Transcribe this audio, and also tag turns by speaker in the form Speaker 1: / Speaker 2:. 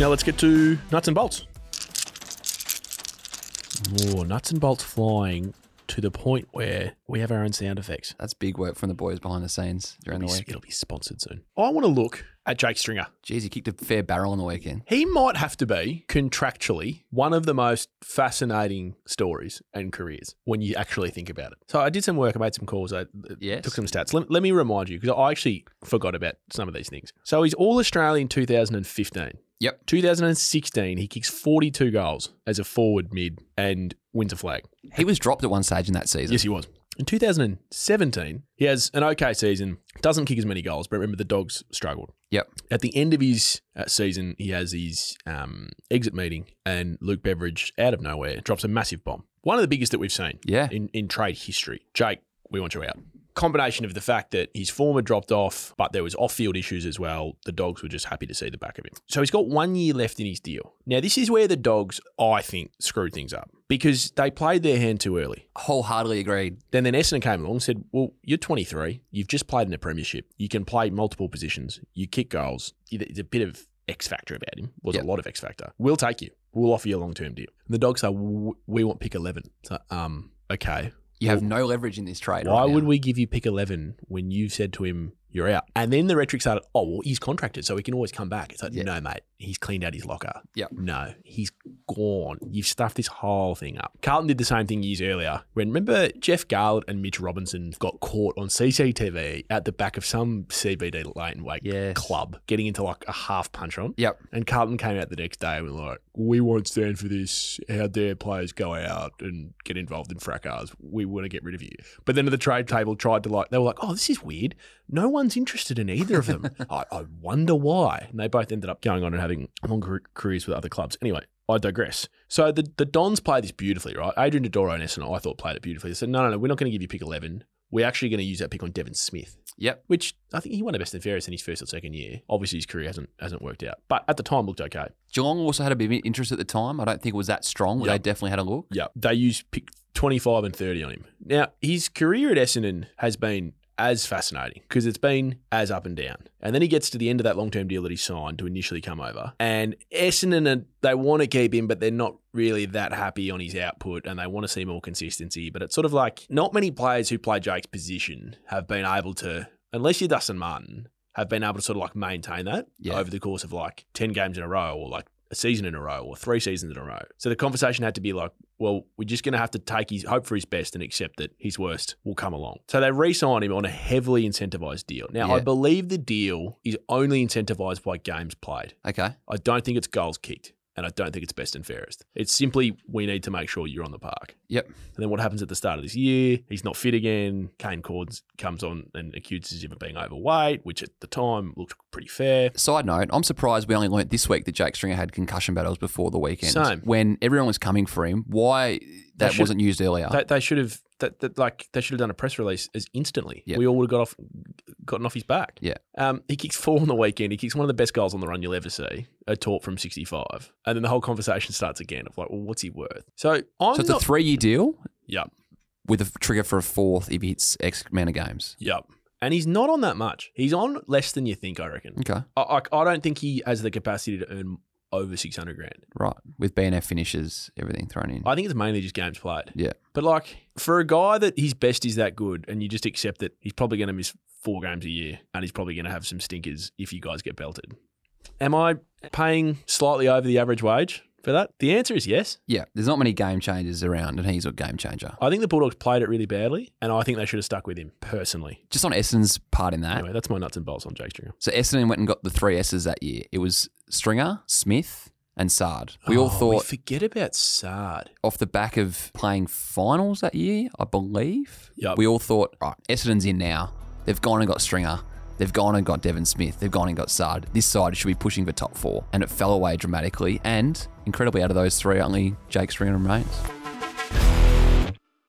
Speaker 1: Now let's get to nuts and bolts. More nuts and bolts flying to the point where we have our own sound effects.
Speaker 2: That's big work from the boys behind the scenes during
Speaker 1: It'll
Speaker 2: the
Speaker 1: be,
Speaker 2: week.
Speaker 1: it'll be sponsored soon. I want to look at Jake Stringer.
Speaker 2: Jeez, he kicked a fair barrel on the weekend.
Speaker 1: He might have to be contractually one of the most fascinating stories and careers when you actually think about it. So I did some work, I made some calls, I uh,
Speaker 2: Yes.
Speaker 1: took some stats. Let, let me remind you because I actually forgot about some of these things. So he's All Australian in 2015.
Speaker 2: Yep.
Speaker 1: 2016, he kicks 42 goals as a forward mid and wins a flag.
Speaker 2: He was dropped at one stage in that season.
Speaker 1: Yes, he was. In 2017, he has an okay season, doesn't kick as many goals, but remember the dogs struggled.
Speaker 2: Yep.
Speaker 1: At the end of his uh, season, he has his um, exit meeting, and Luke Beveridge, out of nowhere, drops a massive bomb. One of the biggest that we've seen
Speaker 2: Yeah.
Speaker 1: in, in trade history. Jake, we want you out. Combination of the fact that his form had dropped off, but there was off-field issues as well. The dogs were just happy to see the back of him. So he's got one year left in his deal. Now this is where the dogs, I think, screwed things up because they played their hand too early.
Speaker 2: Wholeheartedly agreed.
Speaker 1: Then then Essendon came along and said, "Well, you're 23. You've just played in the premiership. You can play multiple positions. You kick goals. It's a bit of X factor about him. Was
Speaker 2: Yep.
Speaker 1: a lot of X factor. We'll take you. We'll offer you a long term deal." And the dogs say, "W- "We want pick 11." So, um, okay.
Speaker 2: You have no leverage in this trade.
Speaker 1: Why
Speaker 2: right
Speaker 1: would
Speaker 2: now.
Speaker 1: we give you pick 11 when you've said to him you're out? And then the rhetoric started. Oh well, he's contracted, so he can always come back. It's like,
Speaker 2: Yeah.
Speaker 1: no, mate, he's cleaned out his locker.
Speaker 2: Yep.
Speaker 1: No, he's gone. You've stuffed this whole thing up. Carlton did the same thing years earlier when remember Jeff Garland and Mitch Robinson got caught on CCTV at the back of some CBD lane wake
Speaker 2: Yes.
Speaker 1: club getting into like a half punch on.
Speaker 2: Yep.
Speaker 1: And Carlton came out the next day and were like, we won't stand for this. How dare players go out and get involved in fracas? We want to get rid of you. But then at the trade table, tried to like, they were like, oh, this is weird. No one's interested in either of them. I, I wonder why. And they both ended up going on and having long car- careers with other clubs. Anyway, I digress. So the, the Dons played this beautifully, right? Adrian Dodoro and Essendon, I thought, played it beautifully. They said, no, no, no, we're not going to give you pick 11. We're actually going to use that pick on Devin Smith
Speaker 2: Yep.
Speaker 1: which I think he won a best and fairest in his first or second year. Obviously, his career hasn't hasn't worked out, but at the time looked okay.
Speaker 2: Geelong also had a bit of interest at the time. I don't think it was that strong. but They
Speaker 1: Yep.
Speaker 2: definitely had a look.
Speaker 1: Yeah, they used pick twenty five and thirty on him. Now his career at Essendon has been as fascinating because it's been as up and down. And then he gets to the end of that long term deal that he signed to initially come over, and Essendon are, they want to keep him, but they're not really that happy on his output, and they want to see more consistency. But it's sort of like not many players who play Jake's position have been able to, unless you're Dustin Martin. Have been able to sort of like maintain that
Speaker 2: Yeah.
Speaker 1: over the course of like 10 games in a row or like a season in a row or three seasons in a row. So the conversation had to be like, well, we're just going to have to take his hope for his best and accept that his worst will come along. So they re signed him on a heavily incentivized deal. Now, I
Speaker 2: Yeah.
Speaker 1: believe the deal is only incentivized by games played.
Speaker 2: Okay.
Speaker 1: I don't think it's goals kicked. And I don't think it's best and fairest. It's simply we need to make sure you're on the park.
Speaker 2: Yep.
Speaker 1: And then what happens at the start of this year? He's not fit again. Kane Cords comes on and accuses him of being overweight, which at the time looked pretty fair.
Speaker 2: Side note, I'm surprised we only learnt this week that Jake Stringer had concussion battles before the weekend.
Speaker 1: Same.
Speaker 2: When everyone was coming for him, why that
Speaker 1: should-
Speaker 2: wasn't used earlier?
Speaker 1: They, they should have that, that like they should have done a press release as instantly.
Speaker 2: Yeah.
Speaker 1: We all would have got off gotten off his back.
Speaker 2: Yeah.
Speaker 1: Um, he kicks four on the weekend. He kicks one of the best goals on the run you'll ever see. A taught from sixty five, and then the whole conversation starts again of like, well, what's he worth? So I'm
Speaker 2: so it's a
Speaker 1: not.
Speaker 2: three year deal
Speaker 1: Yep.
Speaker 2: with a f- trigger for a fourth if he hits X amount of games.
Speaker 1: Yep. And he's not on that much. He's on less than you think. I reckon.
Speaker 2: Okay.
Speaker 1: I, I, I don't think he has the capacity to earn over six hundred grand.
Speaker 2: Right. With BNF finishes, everything thrown in.
Speaker 1: I think it's mainly just games played.
Speaker 2: Yeah.
Speaker 1: But like for a guy that his best is that good, and you just accept that he's probably going to miss four games a year, and he's probably going to have some stinkers if you guys get belted. Am I paying slightly over the average wage for that? The answer is yes.
Speaker 2: yeah. There's not many game changers around, and he's a game changer.
Speaker 1: I think the Bulldogs played it really badly, and I think they should have stuck with him personally.
Speaker 2: Just on Essendon's part in that.
Speaker 1: Anyway, that's my nuts and bolts on Jake Stringer.
Speaker 2: So Essendon went and got the three S's that year. It was Stringer, Smith, and Sard. We all
Speaker 1: Oh,
Speaker 2: thought
Speaker 1: forget about Sard.
Speaker 2: off the back of playing finals that year, I believe.
Speaker 1: Yep.
Speaker 2: We all thought, right, Essendon's in now. They've gone and got Stringer. They've gone and got Devon Smith. They've gone and got Sard. This side should be pushing for top four. And it fell away dramatically. And incredibly, out of those three, only Jake Stringer remains.